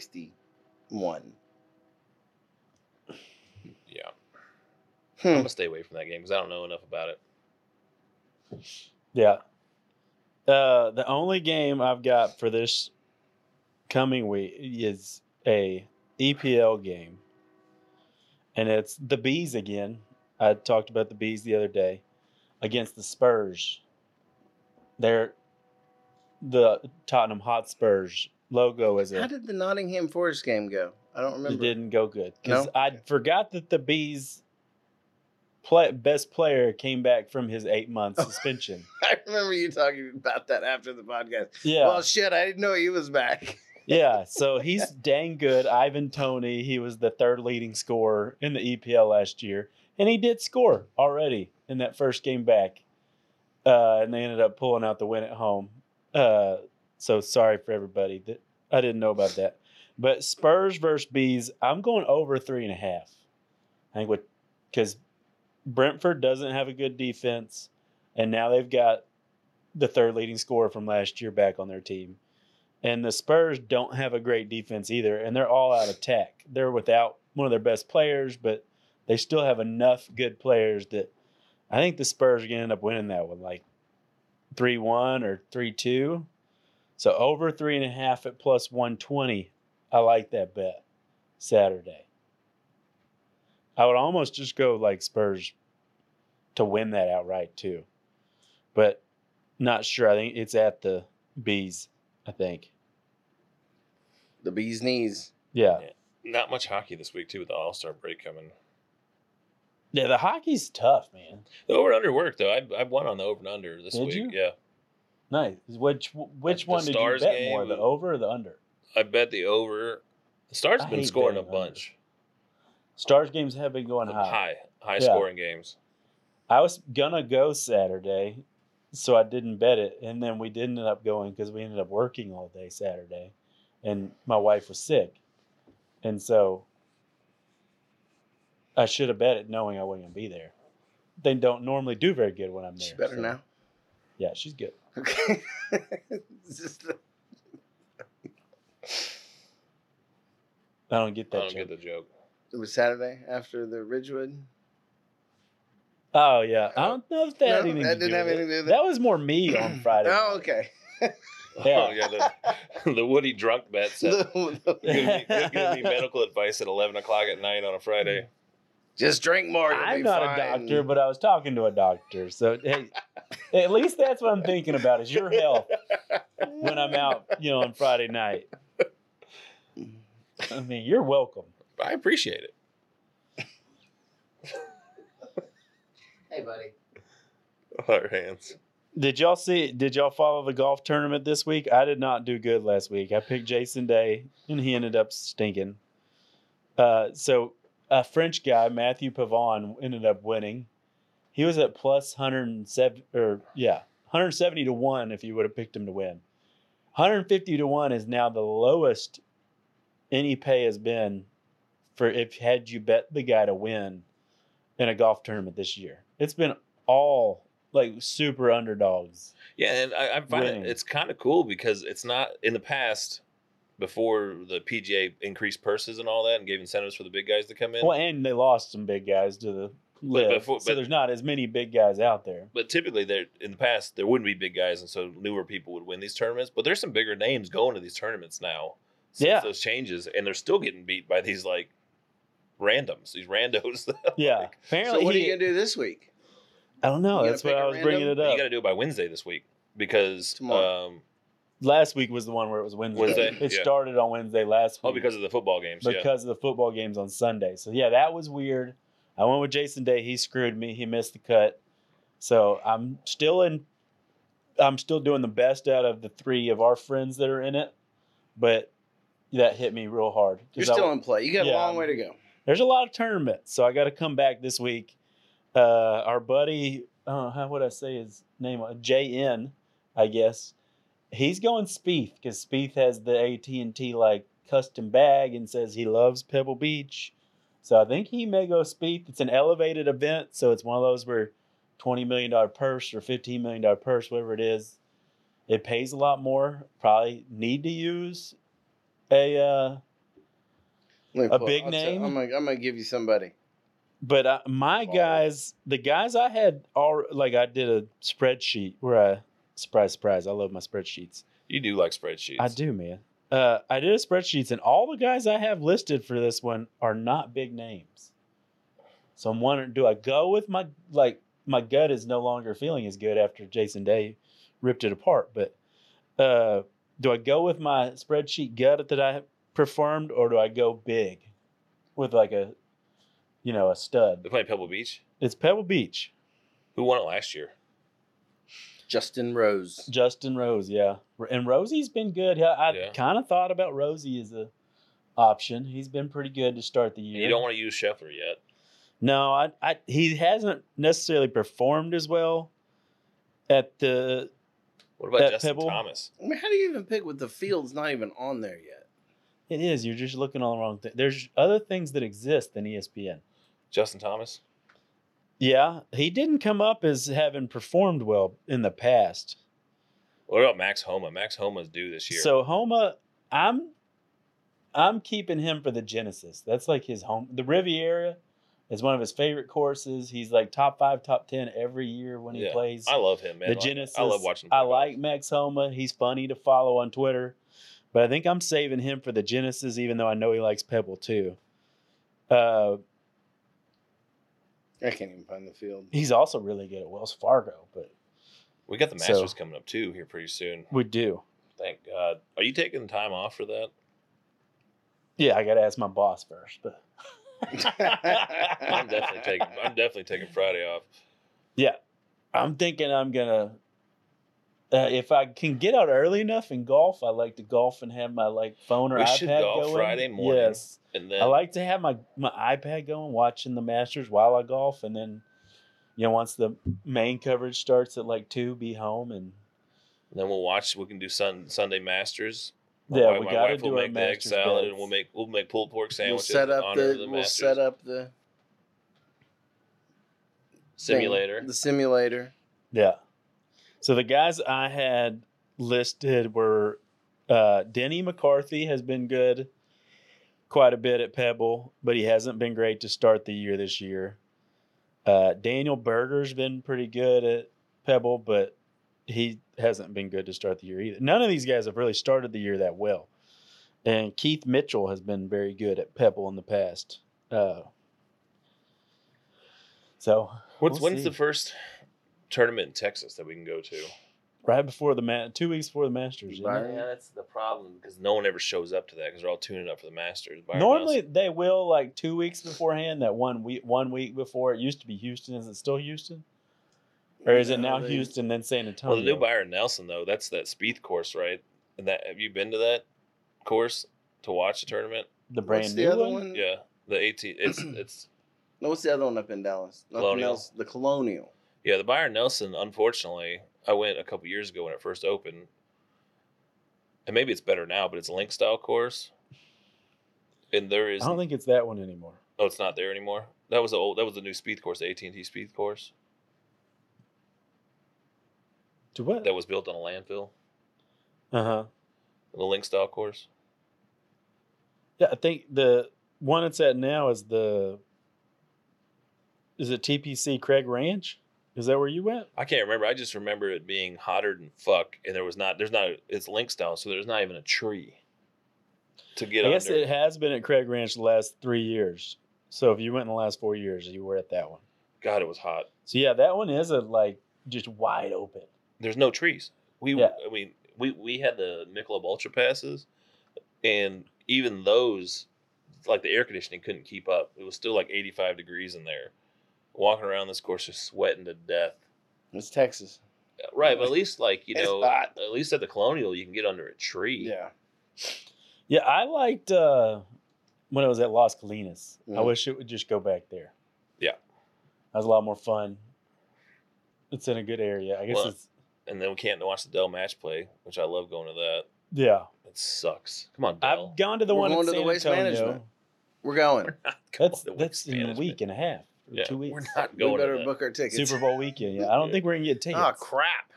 161. Yeah, I'm Hmm. gonna stay away from that game because I don't know enough about it. Yeah. Uh, the only game I've got for this coming week is a EPL game, and it's the bees again. I talked about the bees the other day against the Spurs. They're the Tottenham Hotspurs logo is How a did the Nottingham Forest game go? I don't it remember. didn't go good because No? I forgot that the bees play, best player came back from his eight month Oh. suspension. I remember you talking about that after the podcast. Yeah. Well, shit, I didn't know he was back. yeah, so he's dang good. Ivan Tony, he was the third leading scorer in the EPL last year, and he did score already in that first game back. Uh, and they ended up pulling out the win at home. Uh, so sorry for everybody that I didn't know about that. But Spurs versus Bees, I'm going over three and a half. I think what because Brentford doesn't have a good defense, and now they've got the third leading scorer from last year back on their team. And the Spurs don't have a great defense either, and they're all out of tack. They're without one of their best players, but they still have enough good players that I think the Spurs are going to end up winning that one, like 3 1 or 3 2. So over three and a half at plus 120. I like that bet Saturday. I would almost just go like Spurs to win that outright, too. But not sure. I think it's at the Bees, I think. The bee's knees. Yeah. Not much hockey this week too with the All Star break coming. Yeah, the hockey's tough, man. The over and under worked though. I I won on the over and under this Did week. you? Yeah, Nice. Which which The one did you Stars bet game more, the was- over or the under? I bet the over. The Stars I have been hate scoring a betting under. bunch. Stars games have been going high. High, high Yeah. scoring games. I was gonna go Saturday, so I didn't bet it, and then we did end up going because we ended up working all day Saturday, and my wife was sick, and so I should have bet it knowing I wasn't gonna be there. They don't normally do very good when I'm there. She's better so- now. Yeah, she's good. Okay. It's just the- I don't get I that. don't get joke. the joke. it was Saturday after the Ridgewood. Oh yeah, I don't know if that No, had anything that to didn't do have with it. anything to do with it. That was more me on Friday. Oh, night. okay. Yeah. Oh yeah, the, the Woody drunk bet said You're gonna, be, you're gonna be medical advice at 11 o'clock at night on a Friday. just drink more. you'll I'm be not fine. a doctor, but I was talking to a doctor. So hey, at least that's what I'm thinking about is your health when I'm out, you know, on Friday night. I mean, you're welcome. I appreciate it. Hey, buddy. Our hands. Did y'all see did y'all follow the golf tournament this week? I did not do good last week. I picked Jason Day and he ended up stinking. Uh so a French guy, Matthew Pavon, ended up winning. He was at plus 107 or yeah, 170 to 1 if you would have picked him to win. 150 to 1 is now the lowest any pay has been for if had you bet the guy to win in a golf tournament this year. It's been all like super underdogs. Yeah, and I, I find Winning. it, it's kind of cool because it's not in the past before the PGA increased purses and all that and gave incentives for the big guys to come in. Well, and they lost some big guys to the live, before- so but- there's not as many big guys out there. But typically, there in the past there wouldn't be big guys, and so newer people would win these tournaments. But there's some bigger names going to these tournaments now since Yeah. those changes, and they're still getting beat by these like randoms, these randos. that, Yeah, like, apparently So what are he- you gonna do this week? I don't know. You That's gonna why pick I a was bringing it random? you up. got to do it by Wednesday this week because Tomorrow. um, Last week was the one where it was Wednesday. Wednesday? It Yeah. started on Wednesday last week. oh, because of the football games. yeah, because of the football games on Sunday. So yeah, that was weird. I went with Jason Day. He screwed me. He missed the cut. So I'm still in. I'm still doing the best out of the three of our friends that are in it, but that hit me real hard. 'Cause You're I- still in play. You got Yeah. a long way to go. there's a lot of tournaments, so I got to come back this week. Uh, our buddy, uh, how would I say his name? Uh, JN, I guess. He's going Spieth because Spieth has the AT and T like custom bag and says he loves Pebble Beach, so I think he may go Spieth. It's an elevated event, so it's one of those where twenty million dollar purse or fifteen million dollar purse, whatever it is, it pays a lot more. Probably need to use a. Uh, Let me A pull- big I'll tell- name? I'm gonna, I'm gonna give you somebody. But I, my Oh. guys, the guys I had all like I did a spreadsheet where I surprise surprise, I love my spreadsheets. you do like spreadsheets. I do, man. Uh, I did a spreadsheets, and all the guys I have listed for this one are not big names. So I'm wondering, do I go with my like my gut is no longer feeling as good after Jason Day ripped it apart, but uh, do I go with my spreadsheet gut that I performed, or do I go big with like a you know a stud? They play Pebble Beach. It's Pebble Beach. Who won it last year? Justin Rose. Justin Rose, yeah, and Rosie's been good. Yeah, I Yeah. kind of thought about Rosie as a option. He's been pretty good to start the And year. You don't want to use Scheffler yet. no, I, I, he hasn't necessarily performed as well at the. What about That Justin Pebble? Thomas? I mean, how do you even pick with the field's not even on there yet? It is you're just looking all the wrong thing. There's other things that exist than E ESPN. Justin Thomas. Yeah, he didn't come up as having performed well in the past. What about Max Homa? Max Homa's due this year. So Homa, I'm I'm keeping him for the Genesis. That's like his home. The Riviera is one of his favorite courses. He's like top five, top ten every year when he Yeah, plays. I love him, man. the Like, Genesis. I love watching. him I play golf. like Max Homa. He's funny to follow on Twitter, but I think I'm saving him for the Genesis, even though I know he likes Pebble too. Uh, I can't even find the field. he's also really good at Wells Fargo, but We got the So- Masters coming up too here pretty soon. we do. Thank God. Are you taking time off for that? Yeah, I got to ask my boss first, but. I'm definitely taking. I'm definitely taking Friday off. I'm thinking I'm gonna. Uh, if I can get out early enough and golf, I like to golf and have my like phone or We iPad should golf going. Friday morning. Yes, And then I like to have my my iPad going, watching the Masters while I golf, and then you know once the main coverage starts at like two, be home and then we'll watch. We can do sun, Sunday Masters. My yeah, wife- we my got to wife will do our make the egg Masters salad, bets. and we'll make we'll make pulled pork we'll sandwiches. set in up honor the, of the we'll Masters. set up the thing, simulator. the simulator. Yeah. So the guys I had listed were uh, Denny McCarthy has been good quite a bit at Pebble, but he hasn't been great to start the year this year. Uh, Daniel Berger's been pretty good at Pebble, but he hasn't been good to start the year either. None of these guys have really started the year that well. And Keith Mitchell has been very good at Pebble in the past. Uh, so What's We'll when's see. the first tournament in Texas that we can go to? right before the ma- two weeks before the Masters, isn't it? Byron. Yeah, that's the problem because no one ever shows up to that because they're all tuning up for the Masters. Byron Normally Nelson- they will like two weeks beforehand. That one week, one week before it used to be Houston. Is it still Houston, or is it No, now they- Houston then San Antonio? well, the new Byron Nelson though, that's that Spieth course, right? And that have you been to that course to watch the tournament? the brand What's the new other one? one? Yeah, the 18. It's it's No, what's the other one up in Dallas? Nothing Colonial. else. The Colonial. yeah the Byron Nelson. Unfortunately, I went a couple years ago when it first opened, and maybe it's better now, but it's a link style course, and there is I don't think it's that one anymore. oh it's not there anymore. That was the old that was the new Speed course, the AT and T Speed course. To what? that was built on a landfill, Uh huh. the Lynx Dog Course. Yeah, I think the one it's at now is the. Is it TPC Craig Ranch? Is that where you went? I can't remember. I just remember it being hotter than fuck, and there was not. There's not. It's Lynx down, so there's not even a tree to get I guess under. it has been at Craig Ranch the last three years. So if you went in the last four years, you were at that one. God, it was hot. So yeah, that one is a like just wide open. there's no trees. We, Yeah. I mean, we we had the Michelob Ultra passes, and even those, like the air conditioning couldn't keep up. It was still like 85 degrees in there. Walking around this course, just sweating to death. It's Texas. Right, but at least like you It's know, hot. at least at the Colonial, you can get under a tree. Yeah. Yeah, I liked uh when I was at Las Colinas. I Mhm. wish it would just go back there. Yeah. That was a lot more fun. It's in a good area. I guess Well- it's And then we can't watch the Dell match play, which I love going to that. yeah. It sucks. Come on, Dell. I've gone to the We're one going in to the San waste Antonio. management. We're going. Come That's on, the that's in a Spanish week and a half. or Yeah, Two man. weeks. We're not We going. to better that. book our tickets. Super Bowl weekend. Yeah, I don't think we're gonna get tickets. Oh crap!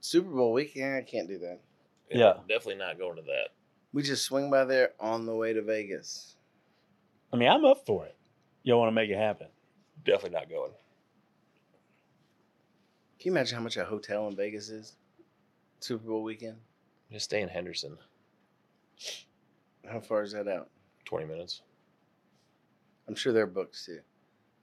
Super Bowl week. Yeah, I can't do that. Yeah. definitely not going to that. We just swing by there on the way to Vegas. I mean, I'm up for it. You want to make it happen. Definitely not going. Can you imagine how much a hotel in Vegas is? Super Bowl weekend. Just stay in Henderson. How far is that out? 20 minutes. I'm sure they're booked too.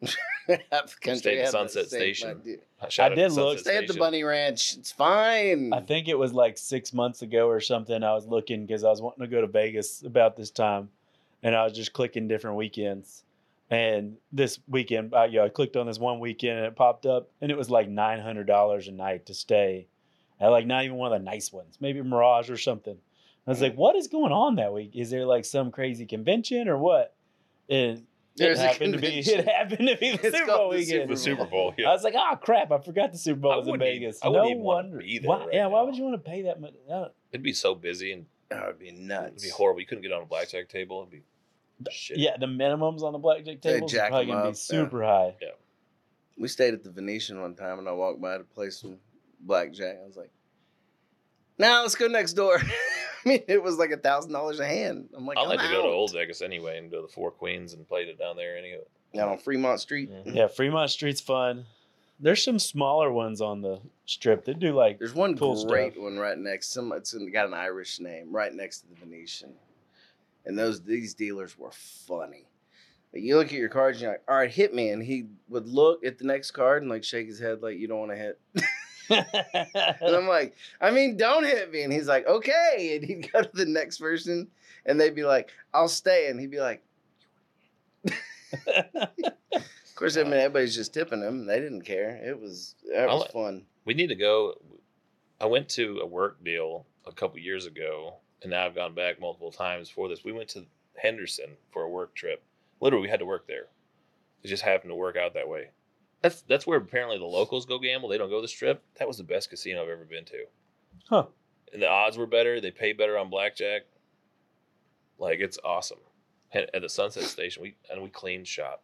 Half the country Stay at the has that Sunset same Station. idea. Shout out did to look- Sunset Stay at the Station. Bunny Ranch. It's fine. I think it was like six months ago or something. I was looking because I was wanting to go to Vegas about this time, and I was just clicking different weekends. And this weekend, I, you know, I clicked on this one weekend and it popped up, and it was like nine hundred dollars a night to stay at like not even one of the nice ones, maybe Mirage or something. I was Mm. like, what is going on that week? Is there like some crazy convention or what? And There's it a happened to be convention. it happened to be the It's Super called Bowl the weekend. The Super Bowl. I Yeah. was like, oh crap, I forgot the Super I Bowl was in wouldn't e- Vegas. I no wouldn't even wanna wonder. be there Why- right yeah, why now. would you want to pay that much? No. It'd be so busy and that would be it'd be nuts. horrible. You couldn't get on a blackjack table. It'd be shit. Yeah, the minimums on the blackjack They tables are jack probably 'em gonna be up, yeah. super high. We stayed at the Venetian one time, and I walked by to play some blackjack. I was like, "Now let's go next door." I mean, it was like a thousand dollars a hand. I'm like, I like I'm to go to out. Old Vegas anyway and go to the Four Queens and play it down there. Any of it. down on Fremont Street. Mhm. Yeah, Fremont Street's fun. There's some smaller ones on the strip that do like There's one Cool stuff. great one right next. Some it's got an Irish name right next to the Venetian, and those these dealers were funny. Like, you look at your cards, and you're like, "All right, hit me," and he would look at the next card and like shake his head, like, "You don't want to hit." And I'm like, "I mean, don't hit me," and he's like, "Okay," and he'd go to the next person, and they'd be like, "I'll stay," and he'd be like, "Of course, I mean, everybody's just tipping him. and They didn't care. It was that I was like- fun." We need to go. I went to a work deal a couple years ago, and now I've gone back multiple times for this. We went to Henderson for a work trip. Literally, we had to work there. It just happened to work out that way. That's that's where apparently the locals go gamble. They don't go to the strip. That was the best casino I've ever been to. Huh. And the odds were better. They paid better on blackjack. Like it's awesome. At, at the Sunset Station, we and we cleaned shop.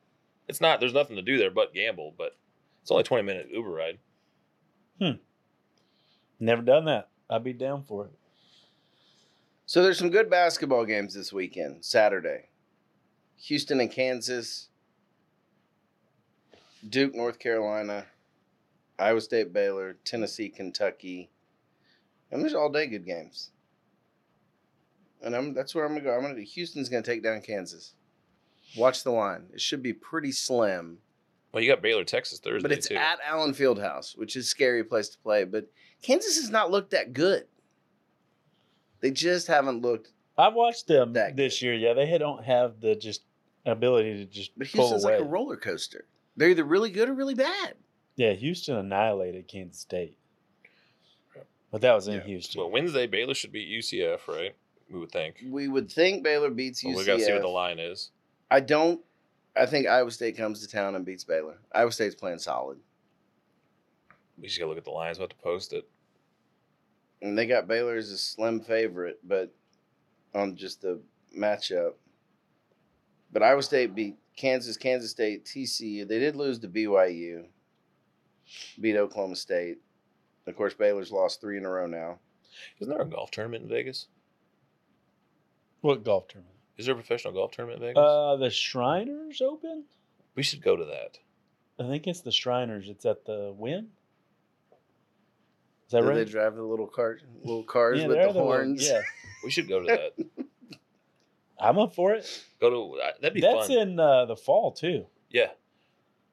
It's not. There's nothing to do there but gamble. But it's only a 20 minute Uber ride. Never done that. I'd be down for it. So there's some good basketball games this weekend, Saturday. Houston and Kansas, Duke, North Carolina, Iowa State, Baylor, Tennessee, Kentucky. And there's all day good games. And I'm that's where I'm gonna go. I'm gonna Houston's gonna take down Kansas. Watch the line. It should be pretty slim. Well, you got Baylor, Texas Thursday But it's too. at Allen Fieldhouse, which is a scary place to play. But Kansas has not looked that good. They just haven't looked I watched them That- this year. Yeah, they had- don't have the just ability to just But pull Houston's away. like a roller coaster. They're either really good or really bad. yeah, Houston annihilated Kansas State, but that was in Yeah. Houston. well, Wednesday Baylor should beat UCF, right? We would think. We would think Baylor beats But UCF. we got to see what the line is. I don't. I think Iowa State comes to town and beats Baylor. Iowa State's playing solid, We just got to look at the lines. We will have to post it. and they got Baylor as a slim favorite, but on just the matchup. But Iowa State beat Kansas, Kansas State, TCU. They did lose to BYU. Beat Oklahoma State. of course, Baylor's lost three in a row now. Isn't there a golf tournament in Vegas? What golf tournament? Is there a professional golf tournament in Vegas? Uh, the Shriners Open. we should go to that. I think it's the Shriners. It's at the Win. Is that Do right? They drive the little cart, little cars Yeah, with they're the, one- horns. Yeah, We should go to that. I'm up for it. go to uh, that'd be That's fun. in uh, the fall too. Yeah,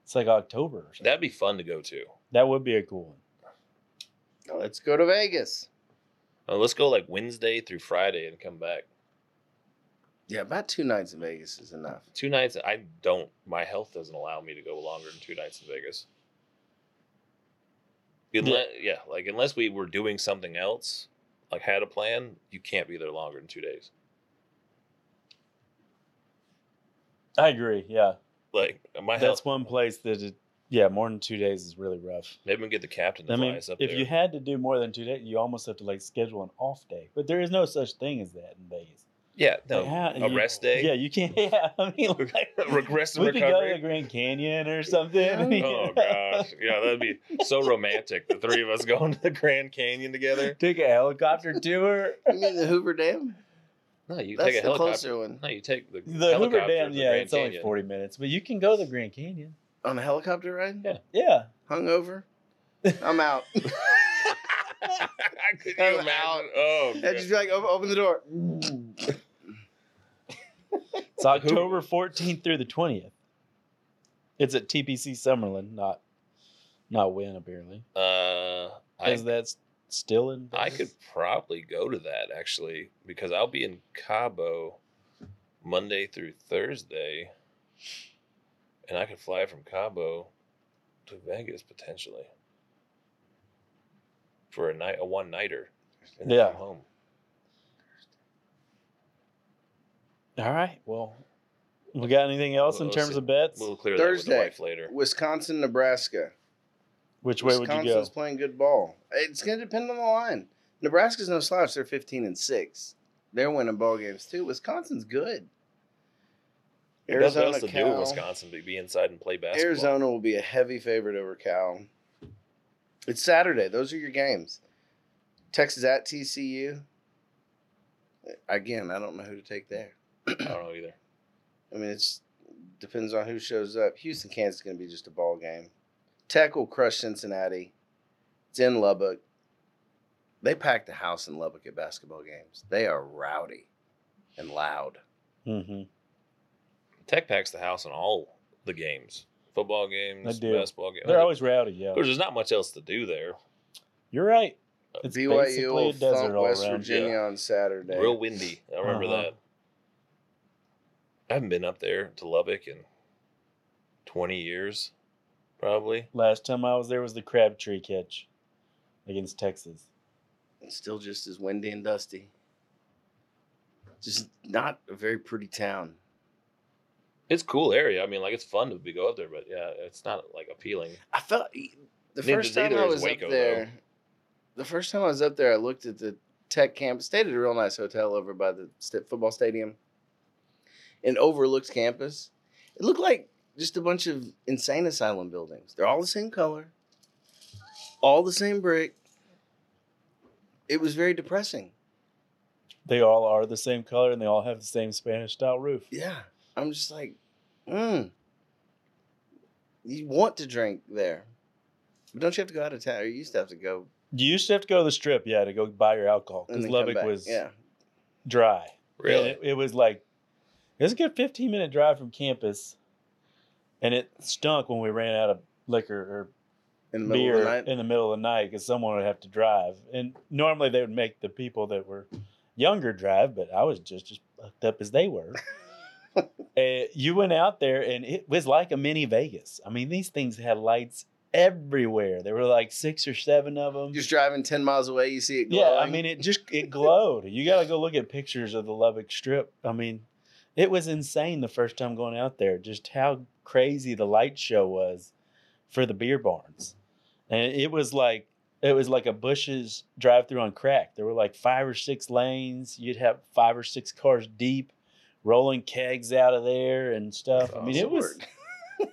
It's like October. Or something. That that'd be fun to go to. would be a cool one. Let's go to Vegas. Uh, let's go like Wednesday through Friday and come back. Yeah, about two nights in Vegas is enough. Two nights. I don't. My health doesn't allow me to go longer than two nights in Vegas. Unless, yeah, like unless we were doing something else, like had a plan, you can't be there longer than two days. I agree. Yeah, Like my that's health. one place that. It, yeah, more than two days is really rough. Maybe we can get the captain to I fly mean, us up if there. you had to do more than two days, you almost have to like schedule an off day. But there is no such thing as that in Vegas. yeah, no, Like, how- a you- rest day. Yeah, you can't. Yeah, I mean, like, regress and we could go to recovery. the Grand Canyon or something. Oh gosh, yeah, that'd be so romantic. The three of us going to the Grand Canyon together. Take a helicopter tour. You mean the Hoover Dam? No, you That's take a the helicopter. closer one. No, you take the, The helicopter. Hoover Dam, yeah, it's only forty. forty minutes, but you can go to the Grand Canyon. On the helicopter ride? Yeah. Yeah, Hungover? I'm out. I could you I'm imagine? out. Oh, I'd just be like, open, open the door. it's October fourteenth through the twentieth. It's at TPC Summerlin, not not Wynn apparently, God. uh, because I that's still in. I Vegas. could probably go to that actually because I'll be in Cabo Monday through Thursday, and I could fly from Cabo to Vegas potentially for a night, a one nighter, and then Yeah. come home. All right. Well, we got anything else in Well, let's terms see. of bets? We'll clear that Thursday. with the wife later. Wisconsin, Nebraska. Which way would you Wisconsin's go? playing good ball. It's going to depend on the line. Nebraska's no slouch. They're 15 and 6. They're winning ball games too. Wisconsin's good. Arizona, Arizona else to do in Cal. Wisconsin but be inside and play basketball. Arizona will be a heavy favorite over Cal. It's Saturday. Those are your games. Texas at TCU. Again, I don't know who to take there. I don't know either. I mean, it's depends on who shows up. Houston, Kansas is going to be just a ball game. Tech will crush Cincinnati. It's in Lubbock. They pack the house in Lubbock at basketball games. They are rowdy and loud. Mm-hmm. Tech packs the house on all the games, football games, They do. basketball games. They're always rowdy. Of Yeah, course, there's not much else to do there. you're right. It's basically BYU will a desert thump all West around. Virginia on Saturday. Real windy. I remember Uh-huh. that. I haven't been up there to Lubbock in 20 years, probably. Last time I was there was the Crabtree catch against Texas. It's still just as windy and dusty. Just not a very pretty town. It's a cool area. I mean, like it's fun to be go up there, but yeah, it's not like appealing. I felt e, the Neither- first time neither I is was Waco, up there. The first time I was up there, I looked at the tech campus. Stayed at a real nice hotel over by the st- football stadium, and overlooked campus. It looked like just a bunch of insane asylum buildings. They're all the same color, all the same brick. It was very depressing. They all are the same color and they all have the same Spanish style roof. Yeah, I'm just like, mm. You want to drink there, but don't you have to go out of town? Or you used to have to go You used to have to go to the strip, yeah, to go buy your alcohol and because then come Lubbock back. was yeah. dry. Really? It, it was like it was a good 15 minute drive from campus, and it stunk when we ran out of liquor or in the middle beer of the night. in the middle of the night because someone would have to drive. And normally they would make the people that were younger drive, but I was just as fucked up as they were. Uh, you went out there and it was like a mini Vegas. I mean, these things had lights everywhere. There were like six or seven of them. Just driving ten miles away, you see it. Glowing. yeah, I mean, it just it glowed. You got to go look at pictures of the Lubbock Strip. I mean, it was insane the first time going out there. Just how crazy the light show was for the beer barns, and it was like it was like a Bush's drive-through on crack. There were like five or six lanes. You'd have five or six cars deep, rolling kegs out of there and stuff. I mean, it was Lord.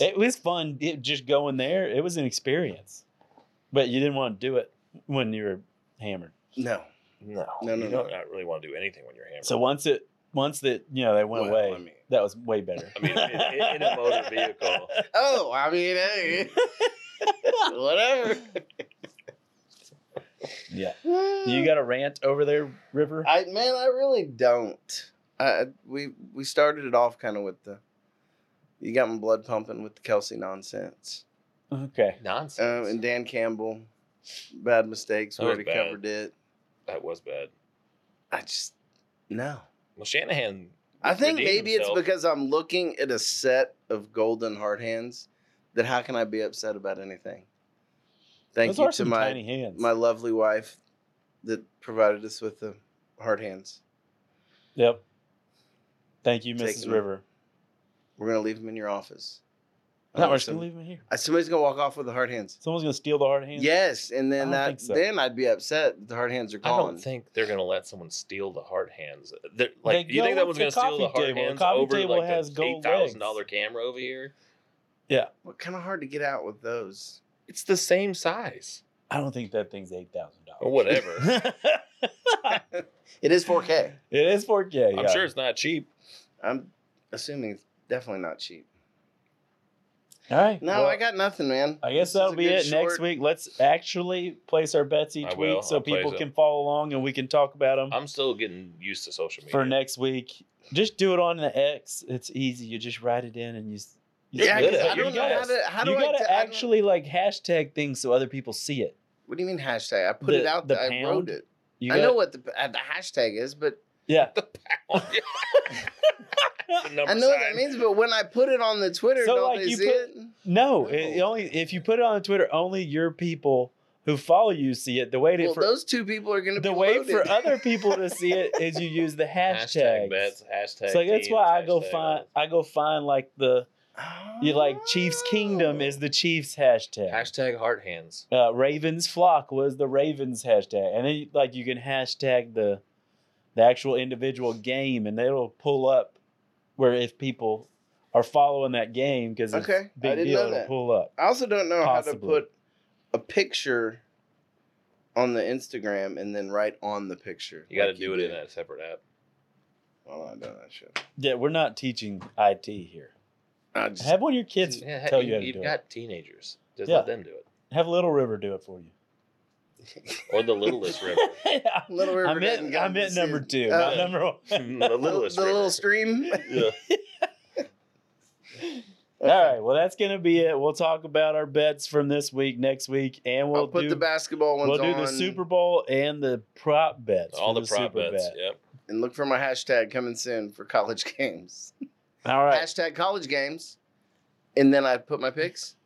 it was fun. It, just going there, it was an experience. But you didn't want to do it when you were hammered. No. No, No, no, you no. don't not really want to do anything when you're hammered. So once it, once that you know they went Well, away, I mean- that was way better. I mean, in- in- in a motor vehicle. Oh, I mean, hey, whatever. yeah. You got a rant over there, River? I man, I really don't. I I- we we started it off kind of with the. You got my blood pumping with the Kelsey nonsense, okay. um, nonsense. and Dan Campbell, bad mistakes. We That was already bad. covered it. that was bad. I just no. Well, Shanahan. I think redeemed maybe himself. it's because I'm looking at a set of golden hard hands. That how can I be upset about anything? Thank Those you are to some my tiny hands. my lovely wife that provided us with the hard hands. yep. Thank you, Take Mrs. them. River. We're gonna leave them in your office. No, Uh, we're just some- gonna leave them here. uh, somebody's gonna walk off with the hard hands. Someone's gonna steal the hard hands. Yes, and I then don't that, think so. then I'd be upset. that The hard hands are I gone. don't think they're gonna let someone steal the hard hands. They're, like, They you think go that one's with gonna the steal the coffee hard table. The hands coffee over table like has the gold eight legs. thousand dollar camera over here? Well, kind of hard to get out with those. It's the same size I don't think that thing's eight thousand or dollars. whatever. It is 4K. it is 4K. Yeah. I'm sure it's not cheap. I'm assuming it's definitely not cheap. All right. No, well, I got nothing, man. I guess This is that'll a be good it next short. week. Let's actually place our bets each I will. week so I'll place people it. can follow along and we can talk about them I'm still getting used to social media. for next week. Just do it on the X. It's easy. You just write it in and you. s- you Yeah, send 'cause it. I You don't know gotta- how to. How do you I gotta t- I don't- actually like hashtag things so other people see it. What do you mean hashtag? I put The- it out. the there. I wrote pound? it. You I gotta- know what the, uh, the hashtag is, but Yeah. The number I know what that sign. means. But when I put it on the Twitter, So, don't like, they you see put- it? No, It, it No. only if you put it on Twitter, only your people who follow you see it. The way to Well, for those two people are going to the be way loaded. for other people to see it is you use the hashtag hashtag. bets, hashtag. So that's teams, why I go hashtag find all I go find like the you like Chiefs Kingdom Oh. is the Chiefs this. hashtag. hashtag hard hands. uh, Ravens flock was the Ravens hashtag, and then like you can hashtag the the actual individual game, and it'll pull up where if people are following that game because it's Okay, I big didn't deal, know it'll that. pull up. I also don't know how to Possibly. put a picture on the Instagram and then write on the picture. You got to like do it in do. a separate app. Well, I don't know that shit. Yeah, we're not teaching IT here. I just, Have one of your kids Yeah, tell you, how to you've do got teenagers. Just Yeah. let them do it. it. Have Little River do it for you. Or the littlest river. Yeah. Little I River doesn't meant, got I to meant see number it. two, Oh. not number one. the the, littlest the river. little stream. Yeah. All right, well, that's going to be it. We'll talk about our bets from this week, next week, and we'll I'll put do the basketball ones we'll do on the Super Bowl and the prop bets. All for the prop Super bets. bet. Yep. and look for my hashtag coming soon for college games. All right. Hashtag college games, and then I put my picks.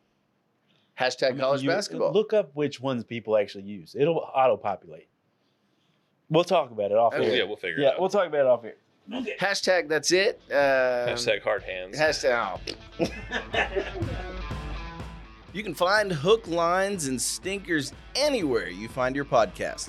Hashtag college You- basketball. Look up which ones people actually use. It'll auto populate. We'll talk about it off Okay. Well, Oh, yeah, here. we'll figure Yeah, it out. we'll talk about it off here. hashtag that's it. Uh, Hashtag hard hands. Hashtag. oh. you can find hook lines and stinkers anywhere you find your podcast.